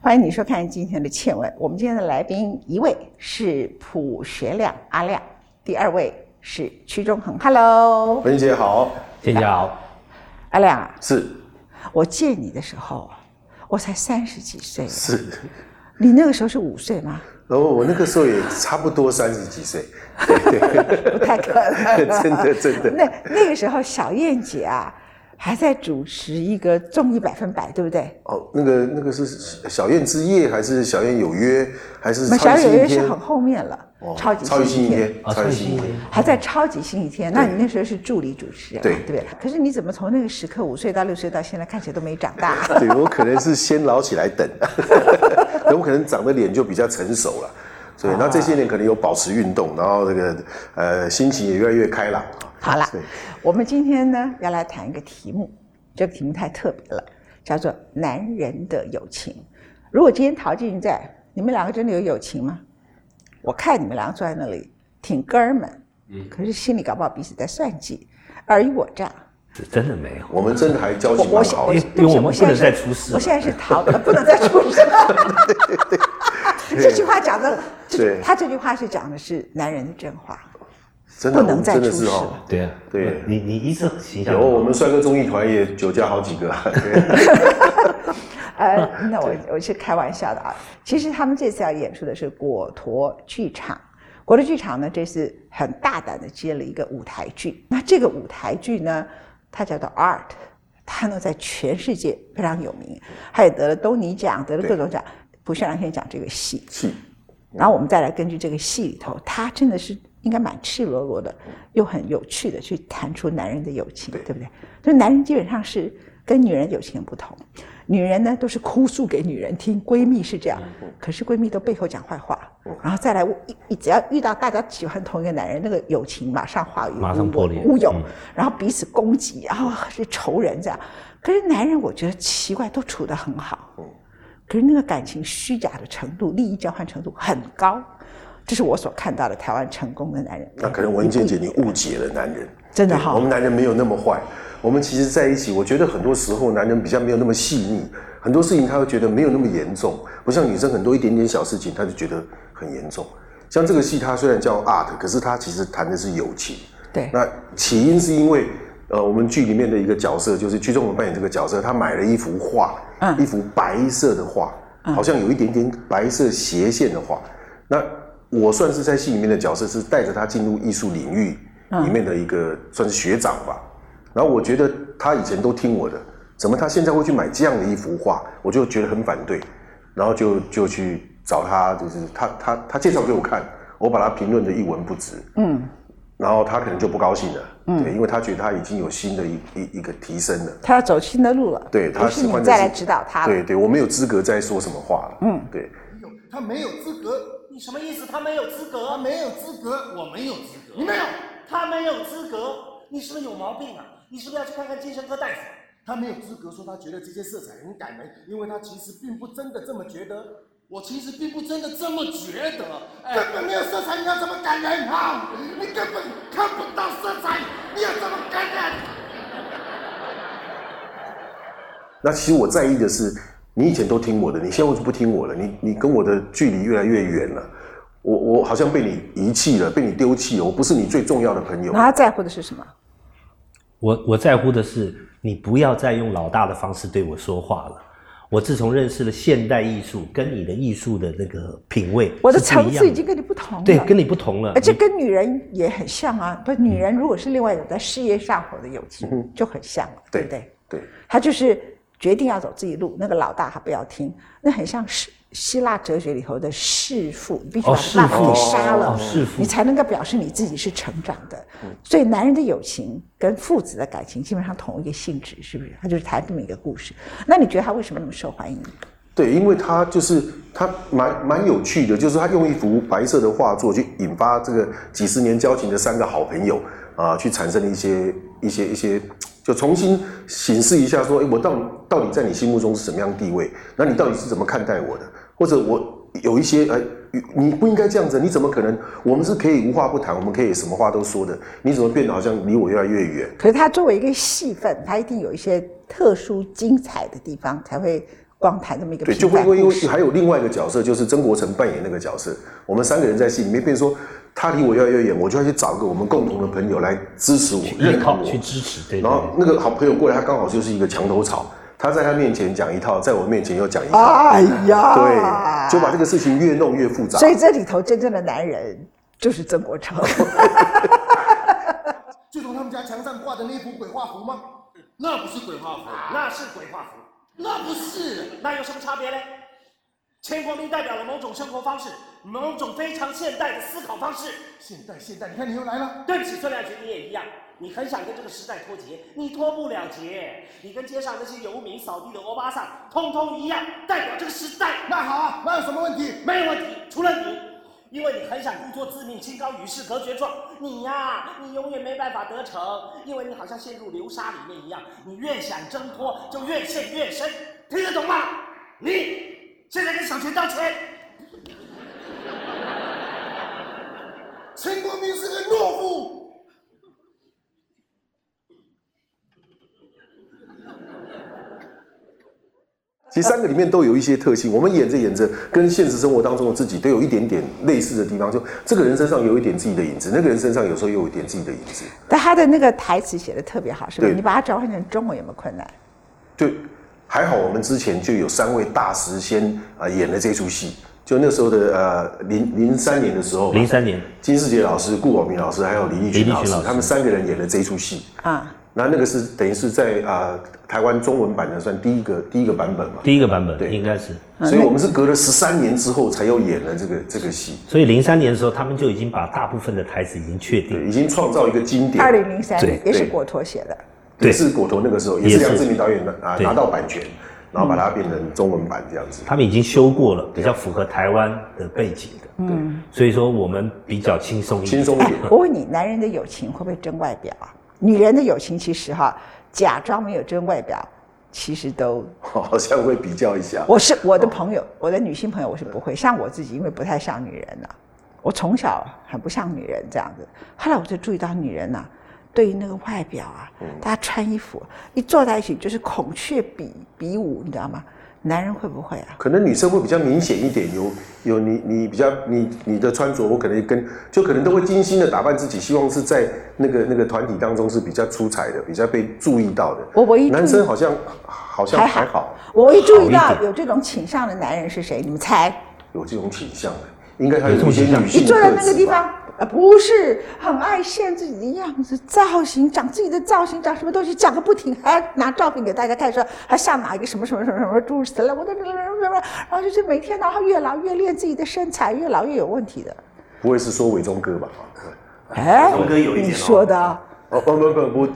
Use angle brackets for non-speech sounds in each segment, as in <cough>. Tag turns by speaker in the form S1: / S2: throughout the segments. S1: 欢迎你收看今天的《倩文》。我们今天的来宾一位是朴学亮阿亮，第二位是屈中恒。Hello，
S2: 文姐好，
S3: 谢谢好。
S1: 阿亮啊，
S2: 是
S1: 我见你的时候，我才三十几岁，
S2: 是，
S1: 你那个时候是五岁吗？
S2: 然后我那个时候也差不多三十几岁，对对，
S1: 不太可能啊
S2: <laughs> 真的真的
S1: 那那个时候，小燕姐啊，还在主持一个综艺百分百，对不对？
S2: 哦，那个那个是小燕之夜还是小燕有约还是
S1: 那小
S2: 超级
S1: 野
S2: 星期
S1: 约是
S2: 天
S1: 很后面了，
S2: 哦
S1: 超级
S2: 超级星
S1: 星期
S2: 期
S1: 天。
S2: 天，
S3: 啊
S2: 超级
S3: 超
S2: 星期
S3: 级星期
S2: 天
S3: 天，
S1: 还在超级星期天，那你那时候是助理主持人，啊
S2: 对
S1: 对不对？可是你怎么从那个时刻五岁到六岁到现在，看起来都没长大？
S2: <laughs> 对我可能是先老起来等， <laughs> 我可能长得脸就比较成熟了，所
S1: 啊
S2: 以那这些年可能有保持运动，然后这个呃心情也越来越开朗啊。
S1: 好了
S2: 对，
S1: 我们今天呢要来谈一个题目，这个题目太特别了，叫做“男人的友情”。如果今天陶晶莹在，你们两个真的有友情吗？我看你们两个坐在那里挺哥们，嗯，可是心里搞不好彼此在算计，尔虞我诈。
S3: 是真的没有。
S2: 我们真的还交情
S1: 我
S2: 蛮
S1: 想
S2: 好的
S3: 因为，
S1: 对起
S3: 因为我们
S1: 现在
S3: 不能再
S1: 是
S3: 出事
S1: 我现在是逃，呃不能再出事。
S3: <laughs>
S1: <laughs> 这句话讲的，这句
S2: 对
S1: 他这句话是讲的是男人的真话，
S2: 真的
S1: 不
S2: 我
S1: 能
S2: 们
S1: 再
S2: 真
S1: 出
S2: 的
S1: 事
S2: 是哦
S1: 了。。
S3: 对啊，
S2: 对
S3: 你你一直形象
S2: 有
S3: 很好
S2: 我们帅哥综艺团也酒驾好几个，对
S3: <laughs>
S1: 呃，那我我是开玩笑的啊。其实他们这次要演出的是果陀剧场，果陀剧场呢，这次很大胆的接了一个舞台剧。那这个舞台剧呢，它叫做 Art，它呢在全世界非常有名，它也得了东尼奖，得了各种奖。不炫亮先讲这个戏，
S2: 是
S1: 然后我们再来根据这个戏里头，他真的是应该蛮赤裸裸的，又很有趣的去谈出男人的友情，对不对？所以男人基本上是跟女人友情不同，女人呢都是哭诉给女人听，闺蜜是这样，
S3: 嗯
S1: 可是闺蜜都背后讲坏话，然后再来一一只要遇到大家喜欢同一个男人，那个友情马上化为
S3: 马上
S1: 乌
S3: 破裂
S1: 乌有
S3: 嗯，
S1: 然后彼此攻击，然后是仇人这样。可是男人我觉得奇怪，都处得很好，
S3: 嗯
S1: 可是那个感情虚假的程度、利益交换程度很高，这是我所看到的台湾成功的男人。
S2: 那可能文健姐你
S1: 不一
S2: 误解了男人，
S1: 真的哈
S2: 我们男人没有那么坏，我们其实在一起，我觉得很多时候男人比较没有那么细腻，很多事情他会觉得没有那么严重，不像女生很多一点点小事情他就觉得很严重。像这个戏，它虽然叫 art，可是它其实谈的是友情。
S1: 对
S2: 那起因是因为，呃，我们剧里面的一个角色就是剧中我扮演这个角色，他买了一幅画，
S1: 嗯
S2: 一幅白色的画，好像有一点点白色斜线的画。那我算是在戏里面的角色，是带着他进入艺术领域
S1: 嗯
S2: 里面的一个、算是学长吧。然后我觉得他以前都听我的，怎么他现在会去买这样的一幅画？我就觉得很反对，然后就就去找他，就是他他他介绍给我看，我把他评论的一文不值。然后他可能就不高兴了，
S1: 嗯
S2: 对，因为他觉得他已经有新的一一一个提升了，
S1: 他要走新的路了，
S2: 对他
S1: 不是
S2: 喜
S1: 你
S2: 欢的
S1: 再来
S2: 是
S1: 指导他了。
S2: 对对，我没有资格再说什么话了，嗯，对，
S4: 有，他没有资格。你什么意思？他没有资格？他没有资格，我没有资格。你没有，他没有资格。你是不是有毛病啊？你是不是要去看看精神科大夫？他没有资格说他觉得这些色彩很感人，因为他其实并不真的这么觉得。我其实并不真的这么觉得，哎根本没有色彩，你要怎么感人啊？你根本看不到色彩，你要怎么啊感人？
S2: 那其实我在意的是，你以前都听我的，你现在为什么不听我了？你你跟我的距离越来越远了，我我好像被你遗弃了，被你丢弃了，我不是你最重要的朋友
S1: 然，后他在乎的是什么？
S3: 我我在乎的是，你不要再用老大的方式对我说话了。我自从认识了现代艺术，跟你的艺术的那个品味，
S1: 我的层次已经跟你
S3: 你
S1: 不同了。
S3: 对，跟你不同了。
S1: 而且
S3: 你
S1: 跟女人也很像啊，不，女人如果是另外有在事业上火的友情，就很像了，对
S2: 嗯对
S1: 不对？
S2: 对，
S1: 她就是决定要走自己路，那个老大还不要听，那很像是希腊哲学里头的弑父，你必须把
S3: 哦弑
S1: 那父
S3: 父
S1: 给杀了，
S3: 哦弑父
S1: 你才能够表示你自己是成长的。所以男人的友情跟父子的感情基本上同一个性质，是不是？他就是谈这么一个故事。那你觉得他为什么那么受欢迎？
S2: 对，因为他就是他蛮蛮有趣的，就是他用一幅白色的画作去引发这个几十年交情的三个好朋友啊，去产生了一些一些一些，就重新审视一下说，诶我到底到底在你心目中是什么样的地位？那你到底是怎么看待我的？或者我有一些哎，你不应该这样子，你怎么可能？我们是可以无话不谈，我们可以什么话都说的，你怎么变得好像离我越来越远？
S1: 可是他作为一个戏份，他一定有一些特殊精彩的地方才会光谈这么一个
S2: 对，就
S1: 平
S2: 会
S1: 凡
S2: 因为因
S1: 故
S2: 为
S1: 事。
S2: 还有另外一个角色，就是曾国成扮演那个角色，我们三个人在戏里面，变成说他离我越来越远，我就要去找一个我们共同的朋友来支持我、
S3: 依
S2: 认同
S3: 靠
S2: 我
S3: 去。支持，对对
S2: 然后那个好朋友过来，他刚好就是一个墙头草，他在他面前讲一套，在我面前又讲一套，
S3: 啊
S1: 哎呀，
S2: 对，就把这个事情越弄越复杂
S1: 所。以这里头真正的男人就是曾国
S3: <laughs>
S1: 成。
S4: 就从他们家墙上挂的那幅鬼画符吗？那不是鬼画符，那是鬼画符，那不是，那有什么差别嘞？前国民代表了某种生活方式，某种非常现代的思考方式。现代，现代，你看你又来了。对不起，孙亮君，你也一样，你很想跟这个时代脱节，你脱不了节。你跟街上那些游民、扫地的欧巴桑，通通一样，代表这个时代。那好啊，那有什么问题？没有问题，除了你。因为你很想故作自命清高，与世隔绝状，你呀、你永远没办法得逞，因为你好像陷入流沙里面一样，你越想挣脱，就越陷越深，听得懂吗？你现在跟小泉道歉。陈国民是个懦夫。
S2: 其实三个里面都有一些特性，我们演着演着，跟现实生活当中的自己都有一点点类似的地方，就这个人身上有一点自己的影子，那个人身上有时候又有一点自己的影子。
S1: 但他的那个台词写的特别好，是吧？
S2: 对
S1: 你把它转换成中文有没有困难？
S2: 就还好，我们之前就有三位大师先啊、呃演了这出戏。就那时候的呃零零三年的时候吧，
S3: 零三年
S2: 金世杰老师、顾宝明老师还有李立群
S3: 李立群
S2: 老师
S3: 老，师
S2: 他们三个人演了这一出戏。
S1: 啊，
S2: 那那个是等于是在啊、呃台湾中文版的算第一个第一个版本嘛，
S3: 第一个版本
S2: 对
S3: 应该是，
S1: 嗯
S2: 所以我们是隔了十三年之后才又演了这个这个戏，
S3: 所以零三年的时候，他们就已经把大部分的台词已经确
S2: 对，
S3: 定，
S2: 已经创造一个经典。
S1: 二零零三
S3: 对
S1: 也是
S2: 对
S1: 果陀写的，
S2: 也
S3: 对
S2: 是果陀那个时候也是
S3: 也是
S2: 梁志明导演的啊
S3: 对
S2: 拿到版权，然后把它变成中文版这样子。
S3: 他们已经修过了，比较符合台湾的背景的，嗯，所以说我们比较轻松一
S2: 轻
S3: 点，
S2: 松一
S3: <laughs>
S2: 点，
S1: 哎我问你，男人的友情会不会争外表啊？女人的友情其实哈，假装没有争外表，其实都……
S2: 好像会比较一下。
S1: 我是
S3: 哦
S1: 我的朋友，我的女性朋友我是不会，像我自己，因为不太像女人了、我从小很不像女人这样子，后来我就注意到女人呐、对于那个外表啊，
S3: 嗯
S1: 大家穿衣服一坐在一起就是孔雀比比武，你知道吗？男人会不会啊？
S2: 可能女生会比较明显一点，有有你你比较你你的穿着，我可能跟就可能都会精心的打扮自己，希望是在那个那个团体当中是比较出彩的，比较被注意到的。
S1: 我唯一注意
S2: 男生好像好像还好
S1: 我一注意
S3: 好一
S1: 到
S3: 点
S1: 有这种倾向的男人是谁，你们猜？
S2: 有这种倾向的，应该还有
S3: 有这种
S2: 一些
S3: 倾向
S2: 女性
S1: 一坐在那
S2: 特
S1: 个
S2: 质
S1: 地
S2: 吧
S1: 方，呃，不是很爱现自己的样子、造型，讲自己的造型，讲什么东西，讲个不停，还要拿照片给大家看，说还像哪一个什么什么什么什么诸如此类，我都然后就是每天然后越老越练自己的身材，越老越有问题的。
S2: 不会是说伟忠哥吧？
S1: 哎
S3: 忠哥有一点哦
S1: 你说的啊，
S2: 哦哦不不不，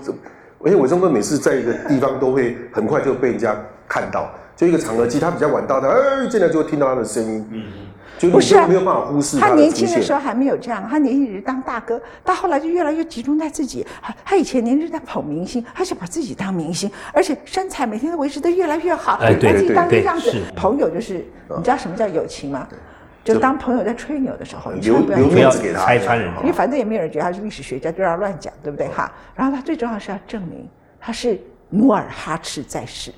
S2: 而且伟忠哥每次在一个地方都会很快就被人家看到，就一个场合，其实他比较晚到的，哎，进来就会听到他的声音，嗯，就
S1: 不
S2: 你
S1: 是
S2: 就
S1: 啊
S2: 没有办法忽视
S1: 他
S2: 的
S1: 年
S2: 出
S1: 轻的时
S2: 现。
S1: 候还没有这样，他年轻时当大哥，到后来就越来越集中在自己。啊他以前年轻在捧明星，他想把自己当明星，而且身材每天都维持的越来越好，
S3: 哎对
S1: 把自己
S2: 对
S1: 当个
S3: 对
S1: 样子
S3: 是。嗯
S1: 朋友就是，你知道什么叫友情吗？就当朋友在吹牛的时候，你千
S2: 留
S1: 万不要
S2: 留
S3: 不
S2: 面
S3: 要
S2: 子给他，
S3: 拆穿人家
S1: 因为反正也没有人觉得他是历史学家，就让他乱讲，对不对哈？然后他最重要是要证明他是努尔哈赤在世。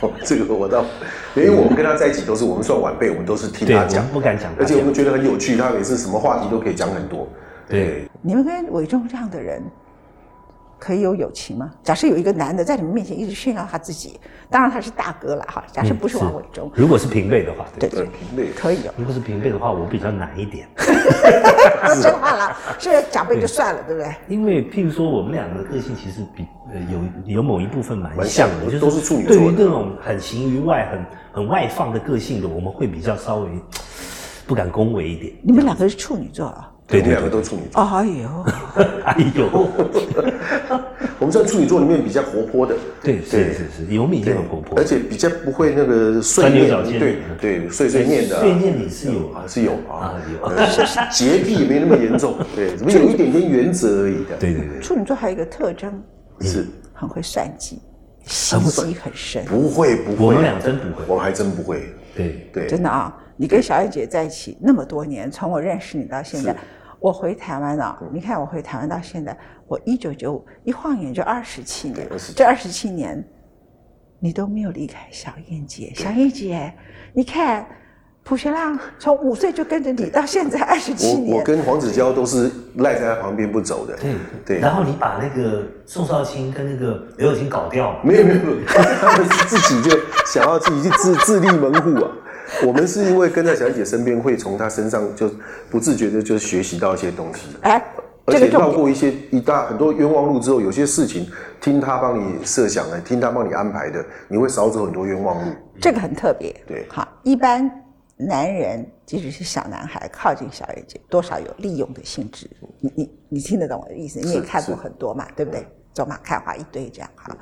S2: 哦 <laughs> 这个我倒，因为我们跟他在一起都是我们算晚辈，我们都是听
S3: 对，我
S2: 他讲
S3: 们，不敢讲，
S2: 而且我们觉得很有趣，他每次什么话题都可以讲很多。哎
S3: 对，
S1: 你们跟伟忠这样的人可以有友情吗？假设有一个男的在你们面前一直炫耀他自己，当然他是大哥了哈，假设不是王伟忠，
S3: 如嗯果是平辈的话，对
S1: 对
S3: 不对，
S1: 对，
S2: 对
S1: 可 <laughs> 以有。
S3: 如果是平辈的话，我比较难一点，
S1: 真话了，是长辈就算了，对不对？
S3: 因为譬如说我们两个个性其实比呃有有某一部分蛮像的，
S2: 蛮像的
S3: 就是
S2: 都是处女座
S3: 对
S2: 的
S3: 于那种很行于外、很很外放的个性的，我们会比较稍微不敢恭维一点。 <laughs>
S1: 你们两个是处女座啊？
S2: 对，
S3: 对
S2: 我们两个
S3: 对
S2: 都处女座，
S1: 哦，哎呦，
S3: 哎呦，
S2: 我们算处女座里面比较活泼的，
S3: 对是是是，尤米就很活泼
S2: 而，且比较不会那个碎
S3: 钻牛
S2: 念
S3: 角，尖哎
S2: 对对，碎碎念的啊，
S3: 碎念你是有
S2: 啊是有啊
S3: 啊，有
S2: 呃洁癖没那么严重，对，怎么有一点点原则而已的，
S3: 对对对，
S1: 处女座还有一个特征，
S2: 是
S1: 很会算计，心机很深，
S2: 不会不会，
S3: 我们俩真不会
S2: 我们还真不会，
S3: 对
S2: 对，
S1: 真的啊！你跟小燕姐在一起那么多年，从我认识你到现在
S2: 是，
S1: 我回台湾啊，你看我回台湾到现在，我一九九五一晃眼就二十七年
S2: 对27，
S1: 这二十七年，你都没有离开小燕姐。小燕姐，你看朴学亮从五岁就跟着你，到现在二十七
S2: 我我
S1: 年，
S2: 跟黄子佼都是赖在他旁边不走的。
S3: 对
S2: 对
S5: 然后你把那个宋少卿跟那个刘友卿搞掉嘛，
S2: 没有没有，没有 <laughs> 他们是自己就想要自己去自自立门户啊。我们是因为跟在小燕姐身边，会从她身上就不自觉的就学习到一些东西，
S1: 哎，
S2: 而
S1: 这
S2: 且
S1: 个
S2: 绕
S1: 重点，
S2: 过一些一大很多冤枉路之后，有些事情听她帮你设想的，听她帮你安排的，你会少走很多冤枉路。
S1: 这个很特别。
S2: 嗯对
S1: 好，一般男人即使是小男孩靠近小燕姐，多少有利用的性质。你你你听得懂我的意思？你也
S2: 是
S1: 看过
S2: 是嗯
S1: 很多嘛，对不对？走马看花一堆这样哈。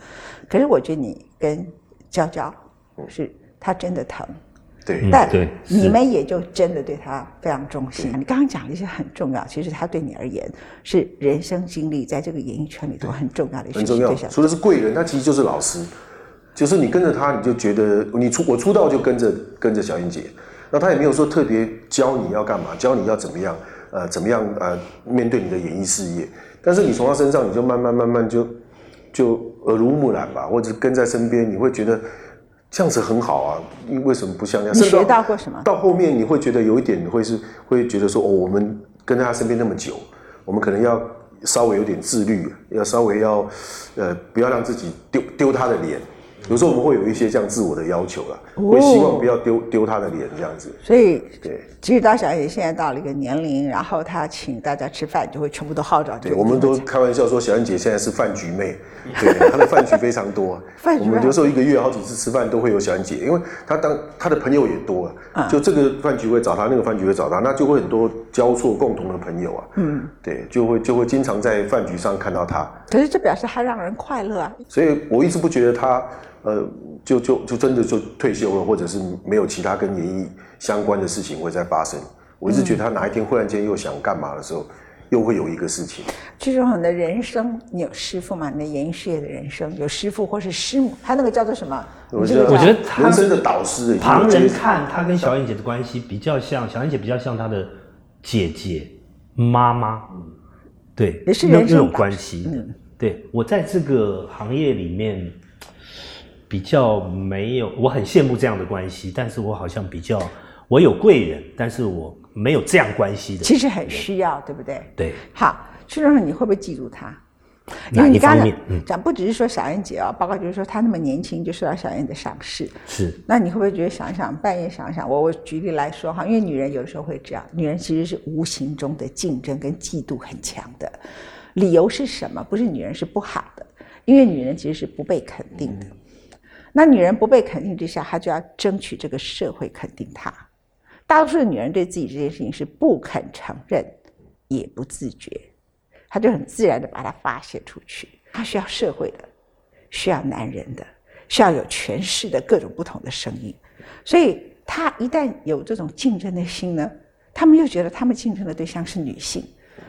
S1: 可是我觉得你跟娇娇是，她真的疼。
S2: 嗯对，
S3: 嗯
S1: 但
S3: 对是
S1: 你们也就真的对他非常忠心。你刚刚讲的一些很重要，其实他对你而言是人生经历，在这个演艺圈里头很重要的学
S2: 很
S1: 习
S2: 重要
S1: 对。象。
S2: 除了是贵人，他其实就是老师，就是你跟着他，你就觉得你出我出道就跟着跟着小英姐，那他也没有说特别教你要干嘛，教你要怎么样，呃，怎么样呃面对你的演艺事业。但是你从他身上，你就慢慢慢慢就就耳濡目染吧，或者跟在身边，你会觉得这样子很好啊，你为什么不像那样？
S1: 你
S2: 甚至
S1: 学到过什么
S2: 到后面你会觉得有一点，你会是会觉得说，哦，我们跟在他身边那么久，我们可能要稍微有点自律，要稍微要，呃，不要让自己丢丢他的脸。有时候我们会有一些这样自我的要求啦，会希望不要丢丢他的脸这样子。
S1: 所以呃
S2: 对，
S1: 即使到小野现在到了一个年龄，然后他请大家吃饭，就会全部都号召这
S2: 对，
S1: 个地
S2: 我
S1: 方讲。
S2: 们都开玩笑说，小燕姐现在是饭局 <laughs> 妹，对，她的饭局非常多
S1: 饭。局
S2: 我
S1: 啊
S2: 们有时候一个月好几次吃饭都会有小燕姐，因为她当她的朋友也多啊，就这个饭局会找她，那个饭局会找她，那就会很多交错共同的朋友啊。嗯，对，就会就会经常在饭局上看到她，
S1: 可是这表示他让人快乐啊。
S2: 所以我一直不觉得她呃，就就就真的就退休了，或者是没有其他跟演艺相关的事情会再发生。我一直觉得她哪一天忽然间又想干嘛的时候，又会有一个事情。
S1: 据说你的人生，你有师傅嘛？你的演艺事业的人生有师傅或是师母，他那个叫做什么？
S2: 我
S1: 你这
S2: 觉
S1: 个
S2: 得，
S1: 叫
S3: 我觉得他
S2: 人生的导师，
S3: 旁
S2: 已经
S3: 人
S2: 有接
S3: 看他跟小燕姐的关系比较像，小燕姐比较像她的姐姐、妈妈，对，
S1: 也是
S3: 那
S1: 人生
S3: 那种
S1: 吧嗯
S3: 关系的。对我在这个行业里面比较没有，我很羡慕这样的关系，但是我好像比较，我有贵人，但是我没有这样关系的。
S1: 其实很需要，对不对？
S3: 对，
S1: 好，去的时候你会不会记住他？因
S3: 哪
S1: 为你
S3: 一方
S1: 刚才
S3: 面嗯
S1: 讲不只是说小燕姐啊、包括就是说她那么年轻就受到小燕的赏识，
S3: 是
S1: 那你会不会觉得想想半夜想想？我我举例来说哈，因为女人有时候会这样，女人其实是无形中的竞争跟嫉妒很强的，理由是什么？不是女人是不好的，因为女人其实是不被肯定的。那女人不被肯定之下，她就要争取这个社会肯定她。大多数的女人对自己这件事情是不肯承认，也不自觉，她就很自然的把它发泄出去。她需要社会的，需要男人的，需要有权势的各种不同的声音。所以她一旦有这种竞争的心呢，他们又觉得他们竞争的对象是女性。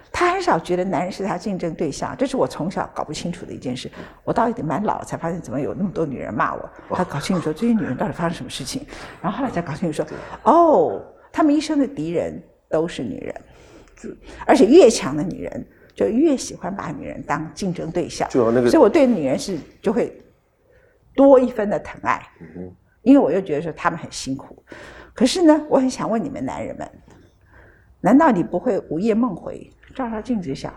S1: 她很少觉得男人是她竞争对象，这是我从小搞不清楚的一件事。我到一点蛮老才发现，怎么有那么多女人骂我？她搞清楚说这些女人到底发生什么事情，然后后来才搞清楚说，哦，他们一生的敌人都是女人，而且越强的女人就越喜欢把女人当竞争对象。
S2: 就有那个
S1: 所以我对女人是就会多一分的疼爱，
S2: 嗯
S1: 因为我又觉得说他们很辛苦。可是呢，我很想问你们男人们，难道你不会午夜梦回，照照镜子想，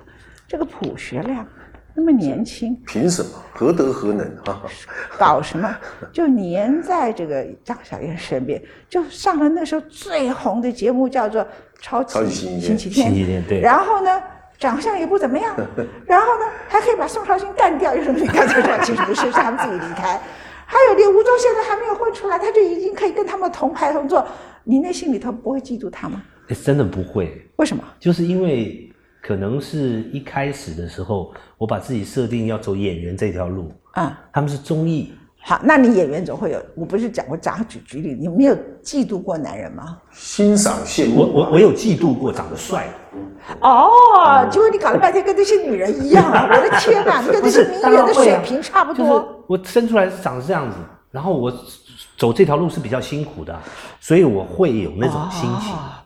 S1: 这个朴学亮那么年轻，
S2: 凭什么？何德何能啊？
S1: 搞什么，就黏在这个张小燕身边，就上了那时候最红的节目，叫做《超
S2: 超
S1: 级
S2: 级星期
S1: 星期天》。
S2: 天
S3: 星期天对
S1: 然后呢，长相也不怎么样，然后呢，还可以把宋朝卿干掉，有什么你干掉这其实不是，是他们自己离开。还有连吴宗宪都还没有混出来，他就已经可以跟他们同排同坐，你内心里头不会嫉妒他吗？
S3: 诶哎真的不会，
S1: 为什么？
S3: 就是因为可能是一开始的时候，我把自己设定要走演员这条路，
S1: 啊、
S3: 他们是综艺，
S1: 好，那你演员总会有，我不是讲过，讲举举例，你没有嫉妒过男人吗？
S2: 欣赏羡慕啊
S3: 我
S2: 吧。
S3: 我我有嫉妒过长得帅的。
S1: 哦，结果你搞了半天跟那些女人一样，我的天
S3: <laughs>
S1: 哪，你跟那些名媛的水平差不
S3: 就是
S1: 多。
S3: 我生出来是长这样子，然后我走这条路是比较辛苦的，所以我会有那种心情。
S1: 啊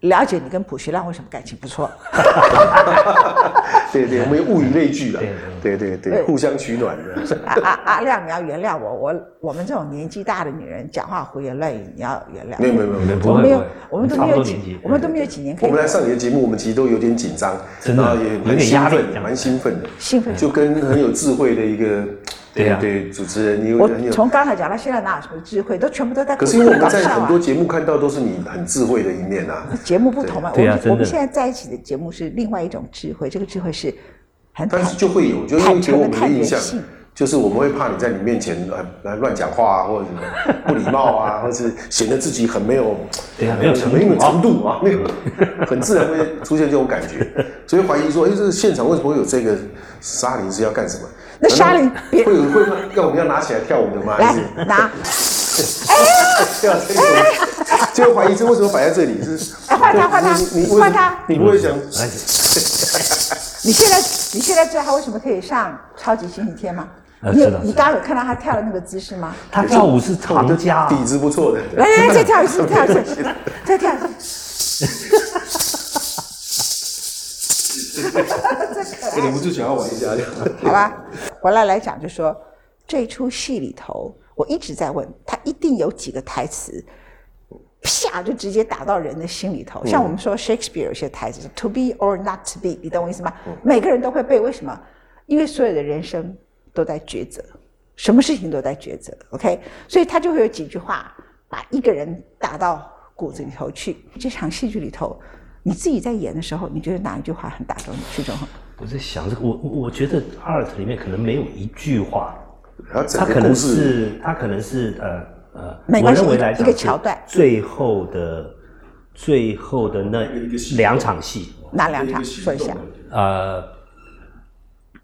S1: 了解你跟朴学亮为什么感情不错。
S2: 对对，我们物以类聚了，对对
S1: 对
S2: 对，互相取暖的。
S1: 阿阿阿啊亮，你要原谅我，我我们这种年纪大的女人讲话胡言乱语，你要原谅。
S2: 没有没有没有没有，
S3: 不
S1: 我
S3: 会
S1: 们没有
S3: 不会，
S1: 我们都
S3: 差
S1: 没
S3: 不
S1: 有
S3: 多年纪
S1: 几，我们都没有几年可
S2: 我
S1: 以
S2: 们来上你的节目，我们其实都有点紧张，
S3: 真的
S2: 然后也
S3: 有
S2: 蛮
S3: 点
S2: 兴
S3: 压力
S2: 奋
S3: 这
S2: 的，
S3: 样
S2: 蛮兴奋的，
S1: 兴奋。
S2: 就跟很有智慧的一个
S3: 对啊
S2: 对主持人，你有
S1: 我
S2: 很有
S1: 从刚才讲到现在，哪有什么智慧，都全部都在
S2: 可
S1: 故
S2: 是
S1: 事
S2: 因为我
S1: 里搞
S2: 们在
S1: 笑
S2: 很
S1: 啊
S2: 多。节目看到都是你很智慧的一面啊，
S1: 节目不同嘛，我
S3: 对啊
S1: 们
S3: 真的
S1: 我们现在在一起的节目是另外一种智慧，这个智慧是很坦
S2: 但是就会有，就是因为
S1: 坦
S2: 给我
S1: 诚
S2: 们
S1: 的
S2: 的
S1: 看
S2: 印
S1: 人
S2: 象
S1: 性。
S2: 就是我们会怕你在你面前呃来乱讲话啊，或者什么不礼
S1: <laughs>
S2: 貌啊，或是显得自己很没有
S3: 对啊
S2: 很
S3: 没有程度啊
S2: 没有程度啊，没有很自然会出现这种感觉，所以怀疑说，哎，这个现场为什么会有这个沙林是要干什么？
S1: 那沙林
S2: 难道
S1: 别
S2: 会有会吗要我们要拿起来跳舞的吗？还
S1: 来
S2: 是 <laughs>
S1: 拿，
S2: 要这个？ <laughs> 就怀疑这为什么摆在这里？是
S1: 哎换他换他
S2: 你你为什么
S1: 换他
S2: 你不会想
S3: 哎
S1: 你现在你现在知道他为什么可以上超级星期天吗？
S3: 呃
S1: 你有
S3: 知道
S1: 你刚刚有看到他跳的那个姿势吗？
S3: 他跳舞是行家啊，
S2: 底子不错的，
S1: 来来来，再跳一次，再跳一次，再跳一次。
S2: 我忍不住想要玩一下。
S1: 好吧，回来来讲就说这出戏里头，我一直在问他，一定有几个台词，啪就直接打到人的心里头。像我们说 Shakespeare 有些台词是 “to be or not to be”，你懂我意思吗？每个人都会背，为什么？因为所有的人生都在抉择，什么事情都在抉择。OK，所以他就会有几句话把一个人打到骨子里头去。这场戏剧里头，你自己在演的时候，你觉得哪一句话很打中你？徐总，
S3: 我在想这个，我我我觉得 art 里面可能没有一句话，
S2: 然后
S3: 它
S2: 整
S3: 可
S2: 个
S3: 能
S2: 故事
S3: 是它可能是呃呃，
S1: 没
S3: 我
S1: 关系
S3: 认为来讲
S1: 一个
S3: 是
S1: 桥段
S3: 最后的最后的那两场戏，
S1: 哪两场说一下？
S3: 呃，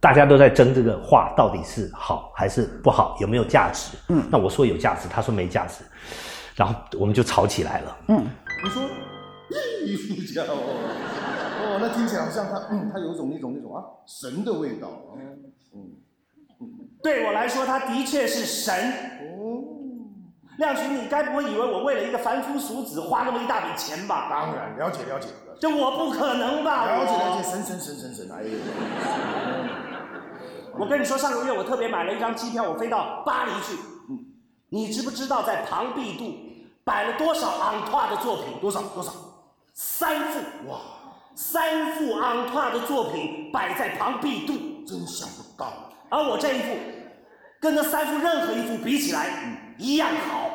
S3: 大家都在争这个话到底是好还是不好，有没有价值？嗯，那我说有价值，他说没价值，然后我们就吵起来了。
S4: 你说艺 <laughs> 术家哦，哦，那听起来好像他，嗯，他有一种那种那种啊神的味道，嗯嗯，对我来说，他的确是神。哦，亮君，你该不会以为我为了一个凡夫俗子花那么一大笔钱吧？当然，了解了解。这我不可能吧？了解了解，神神神神神，哎呀！我跟你说，上个月我特别买了一张机票，我飞到巴黎去。嗯，你知不知道在庞毕度摆了多少昂拓的作品？多少多少？三幅哇！三幅昂拓的作品摆在庞毕度，真想不到。而我这一幅，跟那三幅任何一幅比起来，一样好。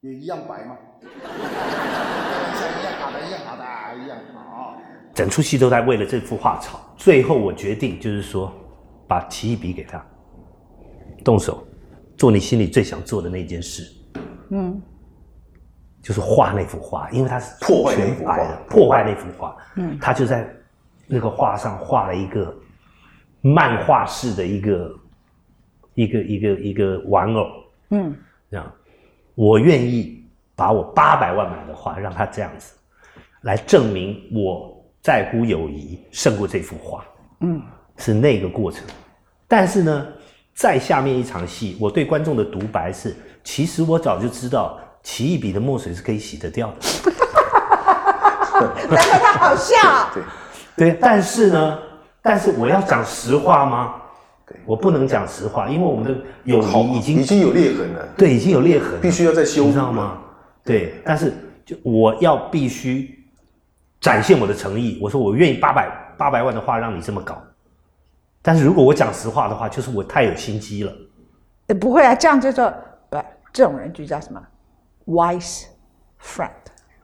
S4: 也一样白 <laughs> 吗？一样好的，一哎样好的，一样好。
S3: 整出戏都在为了这幅画吵。最后我决定就是说，把奇异笔给他，动手做你心里最想做的那件事。嗯，就是画那幅画，因为他是
S2: 破坏那幅画
S3: 全白的破坏那幅画。嗯，他就在那个画上画了一个漫画式的一个一个一个一个玩偶。
S1: 嗯，
S3: 这样，我愿意把我八百万买的画让他这样子，来证明我在乎友谊胜过这幅画。
S1: 嗯，
S3: 是那个过程。但是呢，在下面一场戏，我对观众的独白是：其实我早就知道，奇异笔的墨水是可以洗得掉的。
S1: 难怪他好笑。 <laughs>
S3: 对，但是呢，但是我要讲实话吗？
S2: 对
S3: 我不能讲实话，因为我们的友
S2: 好
S3: 谊已经
S2: 已经有裂痕了，
S3: 对已经有裂痕了，
S2: 必须要再修
S3: 你
S2: 复
S3: 知道吗？？对，但是就我要必须展现我的诚意。我说我愿意八百八百万的话让你这么搞，但是如果我讲实话的话，就是我太有心机了。
S1: 呃不会啊，这样就叫不，这种人就叫什么 wise friend。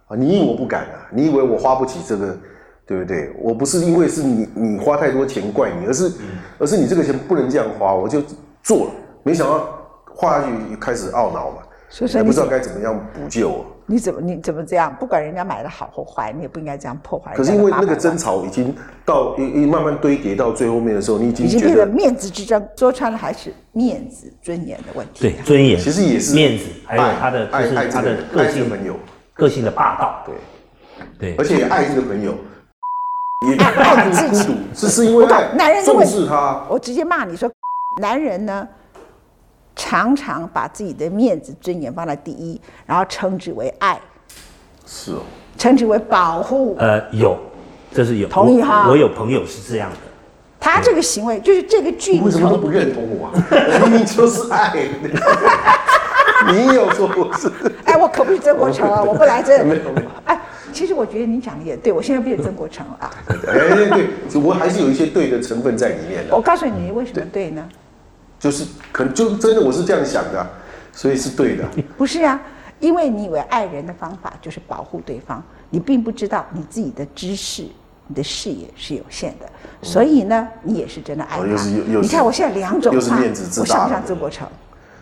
S2: 啊，你以为我不敢啊？你以为我花不起这个，对不对？我不是因为是你你花太多钱怪你，而是、
S3: 嗯
S2: 而是你这个钱不能这样花，我就做了。没想到花下去开始懊恼嘛，
S1: 所以说
S2: 还
S1: 你
S2: 不知道该怎么样补救、啊。
S1: 你怎么你怎么这样？不管人家买的好或坏，你也不应该这样破坏
S2: 可
S1: 人
S2: 是
S1: 家的800万。
S2: 因为那个争吵已经到一一慢慢堆叠到最后面的时候，你已经
S1: 已经
S2: 觉
S1: 变成
S2: 得
S1: 面子之争，说穿了还是面子尊严的问题。
S3: 对，尊严
S2: 其实也是
S3: 面子，还有
S2: 爱
S3: 他的
S2: 爱
S3: 就是
S2: 爱这
S3: 他
S2: 个
S3: 的
S2: 人
S3: 个
S2: 爱这
S3: 性
S2: 个朋友，
S3: 个性的霸道。
S2: 对，
S3: 对
S2: 而且
S1: <laughs>
S2: 也爱这个朋友，也爱
S1: 自
S2: 孤
S1: 己
S2: 独，是是因为爱
S1: 男人的
S2: 重
S1: 问
S2: 视他，
S1: 我直接骂你说， <laughs> 男人呢，常常把自己的面子尊严放在第一，然后称之为爱。
S2: 是哦，
S1: 称之为保护。
S3: 呃，有，这是有。
S1: 同意哈
S3: 我我有朋友是这样的，
S1: 他这个行为就是这个剧
S2: 你为
S1: 里
S2: 什么都
S1: 头，
S2: 不认同我、啊？ <laughs> 明明就是爱，你 <laughs> 有错不是？
S1: 哎，我可不是曾国成
S2: <laughs>
S1: 啊，我不来这。
S2: 没有没有
S1: 哎，其实我觉得你讲的也对，我现在变曾国成了啊。
S2: 哎，对对，我还是有一些 <laughs> 对啊的成分在里面的
S1: 我，告诉你为什么对呢？
S2: 就是可能就真的我是这样想的啊、所以是对的。
S1: 不是啊，因为你以为爱人的方法就是保护对方，你并不知道你自己的知识、你的视野是有限的，所以呢，你也是真的爱他。
S2: 嗯哦又是又又
S1: 你
S2: 是
S1: 看我现在两种
S2: 又是
S1: 话
S2: 面子自
S1: 我
S2: 大
S1: 像不
S2: 了
S1: 像曾国
S2: <laughs>
S1: 成？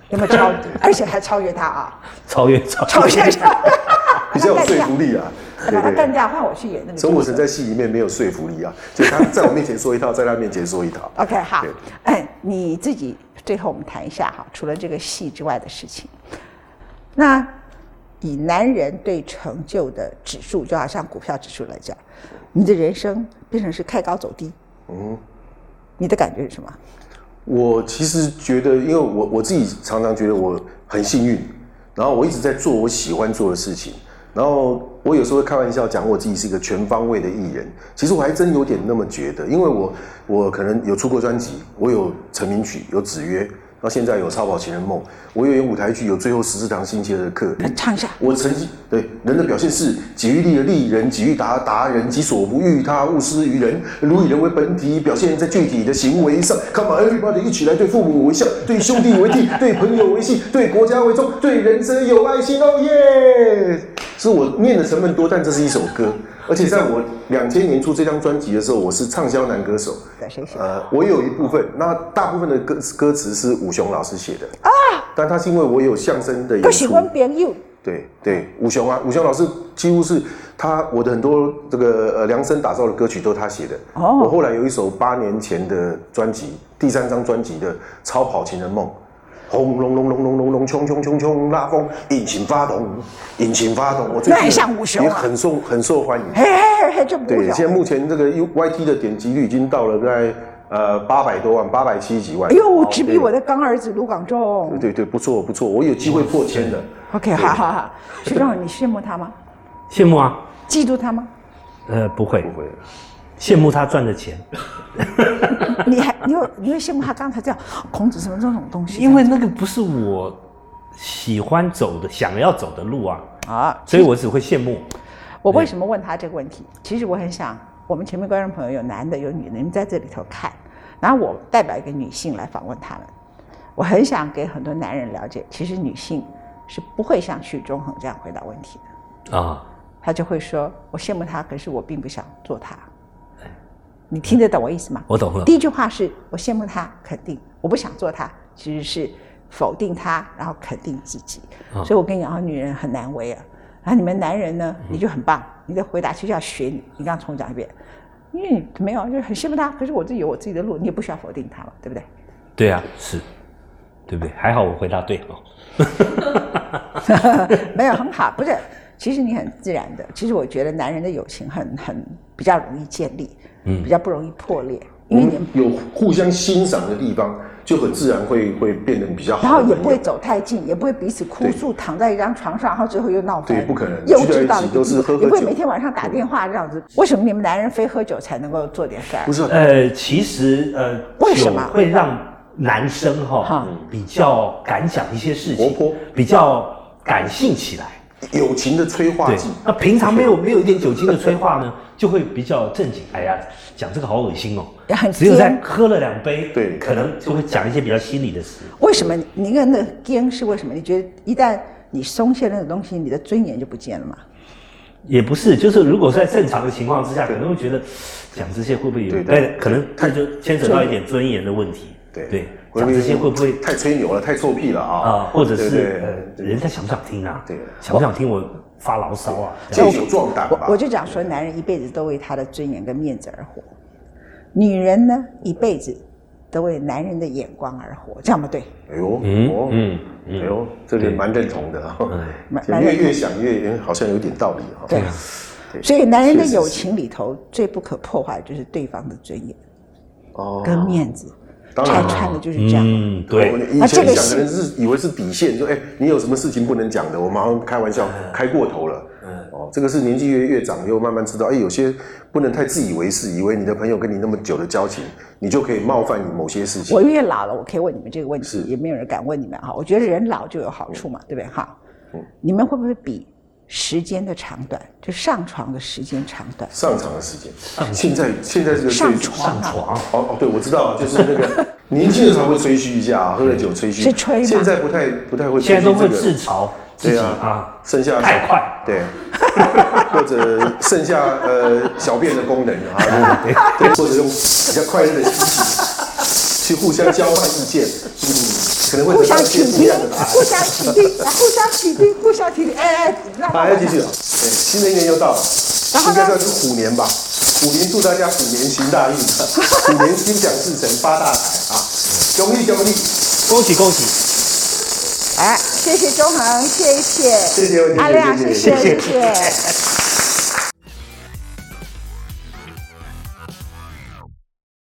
S1: 有没有超？而且还超越他啊！
S3: 超越超
S1: 超越他，
S2: <laughs> 比较有说服力啊。
S1: 把
S2: 对
S1: 他
S2: 对
S1: 干
S2: 对，
S1: 掉，换我去演那个。
S2: 曾国成在戏里面没有说服力啊，就他在我面前说一套，在他面前说一套。
S1: OK，好
S2: 对，
S1: 哎，你自己最后我们谈一下哈，除了这个戏之外的事情，那以男人对成就的指数，就好像股票指数来讲，你的人生变成是开高走低，嗯，你的感觉是什么？
S2: 我其实觉得，因为我我自己常常觉得我很幸运，然后我一直在做我喜欢做的事情，然后我有时候会开玩笑讲我自己是一个全方位的艺人，其实我还真有点那么觉得，因为我我可能有出过专辑，我有成名曲，有子曰。到现在有《超跑情人梦》，我有演舞台剧，有《最后十四堂星期二的课》，
S1: <laughs> 唱一下
S2: 我曾经对人的表现是己欲立而立人，己欲达达人，己所不欲他，勿施于人。如以人为本体，表现在具体的行为上。Come on everybody，一起来对父母微笑，对兄弟为弟，对朋友为信，对国家为重，对人生有爱心哦耶！是我念的成分多，但这是一首歌，而且在我两千年出这张专辑的时候，我是畅销男歌手。
S1: 在谁写？
S2: 呃，我有一部分，那大部分的歌歌词是武雄老师写的啊，但他是因为我有相声的演
S1: 我喜
S2: 出。
S1: 欢朋友，
S2: 对对，武雄啊，武雄老师几乎是他我的很多这个呃量身打造的歌曲都是他写的。
S1: 哦
S2: 我后来有一首八年前的专辑，第三张专辑的《超跑情人梦》。轰隆隆隆隆隆隆，冲冲冲冲，拉风，引擎发动，引擎发动，我最近
S1: 那还像武雄啊
S2: 也很受很受欢迎。
S1: 嘿嘿嘿，这不
S2: 对，现在
S1: 了。
S2: 目前这个 U Y T 的点击率已经到了在呃八百多万，八百七十几万。
S1: 哎呦，只比我
S2: 的。
S1: 的干儿子卢广仲。
S2: 对对，不错不错，我有机会破千的。
S1: OK，好好好，徐仲，你羡慕他吗？
S3: 羡慕啊，
S1: 嫉妒他吗？
S3: 呃，不会
S2: 不，会了，
S3: 羡慕他赚的钱，
S1: 你还你会你会羡慕他刚才这样孔子什么这种东西？
S3: 因为那个不是我喜欢走的、想要走的路啊，
S1: 啊，
S3: 所以我只会羡慕。
S1: 我为什么问他这个问题？其实我很想，我们前面观众朋友有男的有女的，你们在这里头看，然后我代表一个女性来访问他们，我很想给很多男人了解，其实女性是不会像许忠恒这样回答问题的，
S3: 啊，
S1: 他就会说：“我羡慕他，可是我并不想做他。”你听得懂我意思吗？
S3: 我懂了
S1: 第一句话是我羡慕他，肯定；我不想做他，其实是否定他，然后肯定自己。
S3: 啊
S1: 所以我跟你讲，啊女人很难为啊。然后你们男人呢，你就很棒，你的回答其实要学你。你刚刚重讲一遍，因为你嗯没有，就是很羡慕他，可是我自己有我自己的路，你也不需要否定他嘛，对不对？ <laughs>
S3: 对啊，是，对不对？还好我回答对哦。
S1: 没有很好，不是。其实你很自然的。其实我觉得男人的友情很很比较容易建立，嗯，比较不容易破裂，
S2: 我
S1: 因为
S2: 们
S1: 你们
S2: 有互相欣赏的地方，就很自然会会变得比较好。
S1: 然后也不会。走太近，也不会彼此哭诉，躺在一张床上，然后最后又闹翻。
S2: 对不可能
S1: 幼稚到了
S2: 聚在一起都是喝喝酒
S1: 也不会每天晚上打电话这样子。为什么你们男人非喝酒才能够做点事儿
S2: 不？是啊，
S3: 呃，其实呃，
S1: 为什么
S3: 酒会让男生哈
S1: 哈
S3: 比较敢想一些事情，
S2: 活泼
S3: 比较感性起来。
S2: 友情的催化
S3: 对
S2: 剂。，
S3: 那平常没有没有一点酒精的催化呢，就会比较正经。哎呀，讲这个好恶心哦
S1: 也很。
S3: 只有在
S1: 尖
S3: 喝了两杯，
S2: 对
S3: 可能就会讲一些比较犀利的事。
S1: 为什么你你跟那个坚是为什么？你觉得一旦你松懈那个东西，你的尊严就不见了嘛？
S3: 也不是，就是如果在正常的情况之下，可能会觉得讲这些会不会有
S2: 对？
S3: 那
S2: 对
S3: 可能他就牵扯到一点尊严的问题。对，
S2: 会不
S3: 讲这
S2: 会
S3: 些会不会
S2: 太吹牛了，太臭屁了
S3: 啊，
S2: 啊？
S3: 或者
S2: 对
S3: 是
S2: 对
S3: 呃，人家想不想听啊？
S2: 对
S3: 想不想听我发牢骚啊？这样
S2: 借酒壮胆吧
S1: 我我就讲说，男人一辈子都为他的尊严跟面子而活，女人呢一辈子都为男人的眼光而活，这样不对？
S2: 哎呦，
S3: 嗯
S2: 哦
S3: 嗯
S2: 哎呦，这个蛮认同的啊
S1: 嗯蛮。蛮
S2: 越
S1: 认同
S2: 越想越嗯好像有点道理哈。
S1: 对
S2: 啊，对
S1: 所以男人的
S2: 确实是
S1: 友情里头最不可破坏就是对方的尊严
S2: 哦
S1: 跟面子。
S2: 当
S1: 拆
S2: 然了
S1: 穿的就是这样。
S3: 嗯，对
S2: 我，以
S1: 啊这
S2: 前
S1: 个
S2: 讲
S1: 是
S2: 可能是以为是底线，说哎、你有什么事情不能讲的，我们好像开玩笑
S3: 嗯
S2: 开过头了。哦，这个是年纪越越长，又慢慢知道，哎、有些不能太自以为是，以为你的朋友跟你那么久的交情，你就可以冒犯你某些事情
S1: 我。越老了，我可以问你们这个问题
S2: 是，
S1: 也没有人敢问你们哈。我觉得人老就有好处
S2: 嗯
S1: 嘛，对不对哈？你们会不会比时间的长短，就上床的时间长短？
S2: 上场的时间，现在现在这个
S1: 上
S2: 最
S1: 床啊上床
S2: 哦哦，对，我知道，就是那个 <laughs> 年轻的时候会吹嘘一下啊，喝了酒吹嘘，
S1: 是吹吗
S2: 现在不太不太会吹
S3: 现在
S2: 嘘
S3: 都会
S2: 这个
S3: 自嘲自
S2: 对
S3: 己
S2: 啊
S3: 啊，，
S2: 剩下
S3: 太快，
S2: 对， <laughs> 或者剩下呃小便的功能
S3: <laughs>
S2: 啊，对对，或者用比较快乐的心情去互相交换意见，嗯，可能会
S1: 互
S2: 得
S1: 相
S2: 到一
S1: 取
S2: 些不一 <laughs>
S1: 缔
S2: 样的答，案。
S1: 互相取缔，互相取
S2: <laughs>
S1: 缔，互相取缔。哎哎，那
S2: 好，要继续了。啊对，新的一年又到了，
S1: 然后
S2: 应
S1: 呢
S2: 该算是虎年吧。虎年祝大家虎年行大运，啊虎年心想事成，发大财啊！
S3: 嗯
S2: 恭喜恭喜，
S3: 恭喜恭喜，
S1: 哎，谢谢中恒，谢谢，
S2: 谢谢
S1: 阿亮，谢
S2: 谢谢
S1: 谢，谢谢，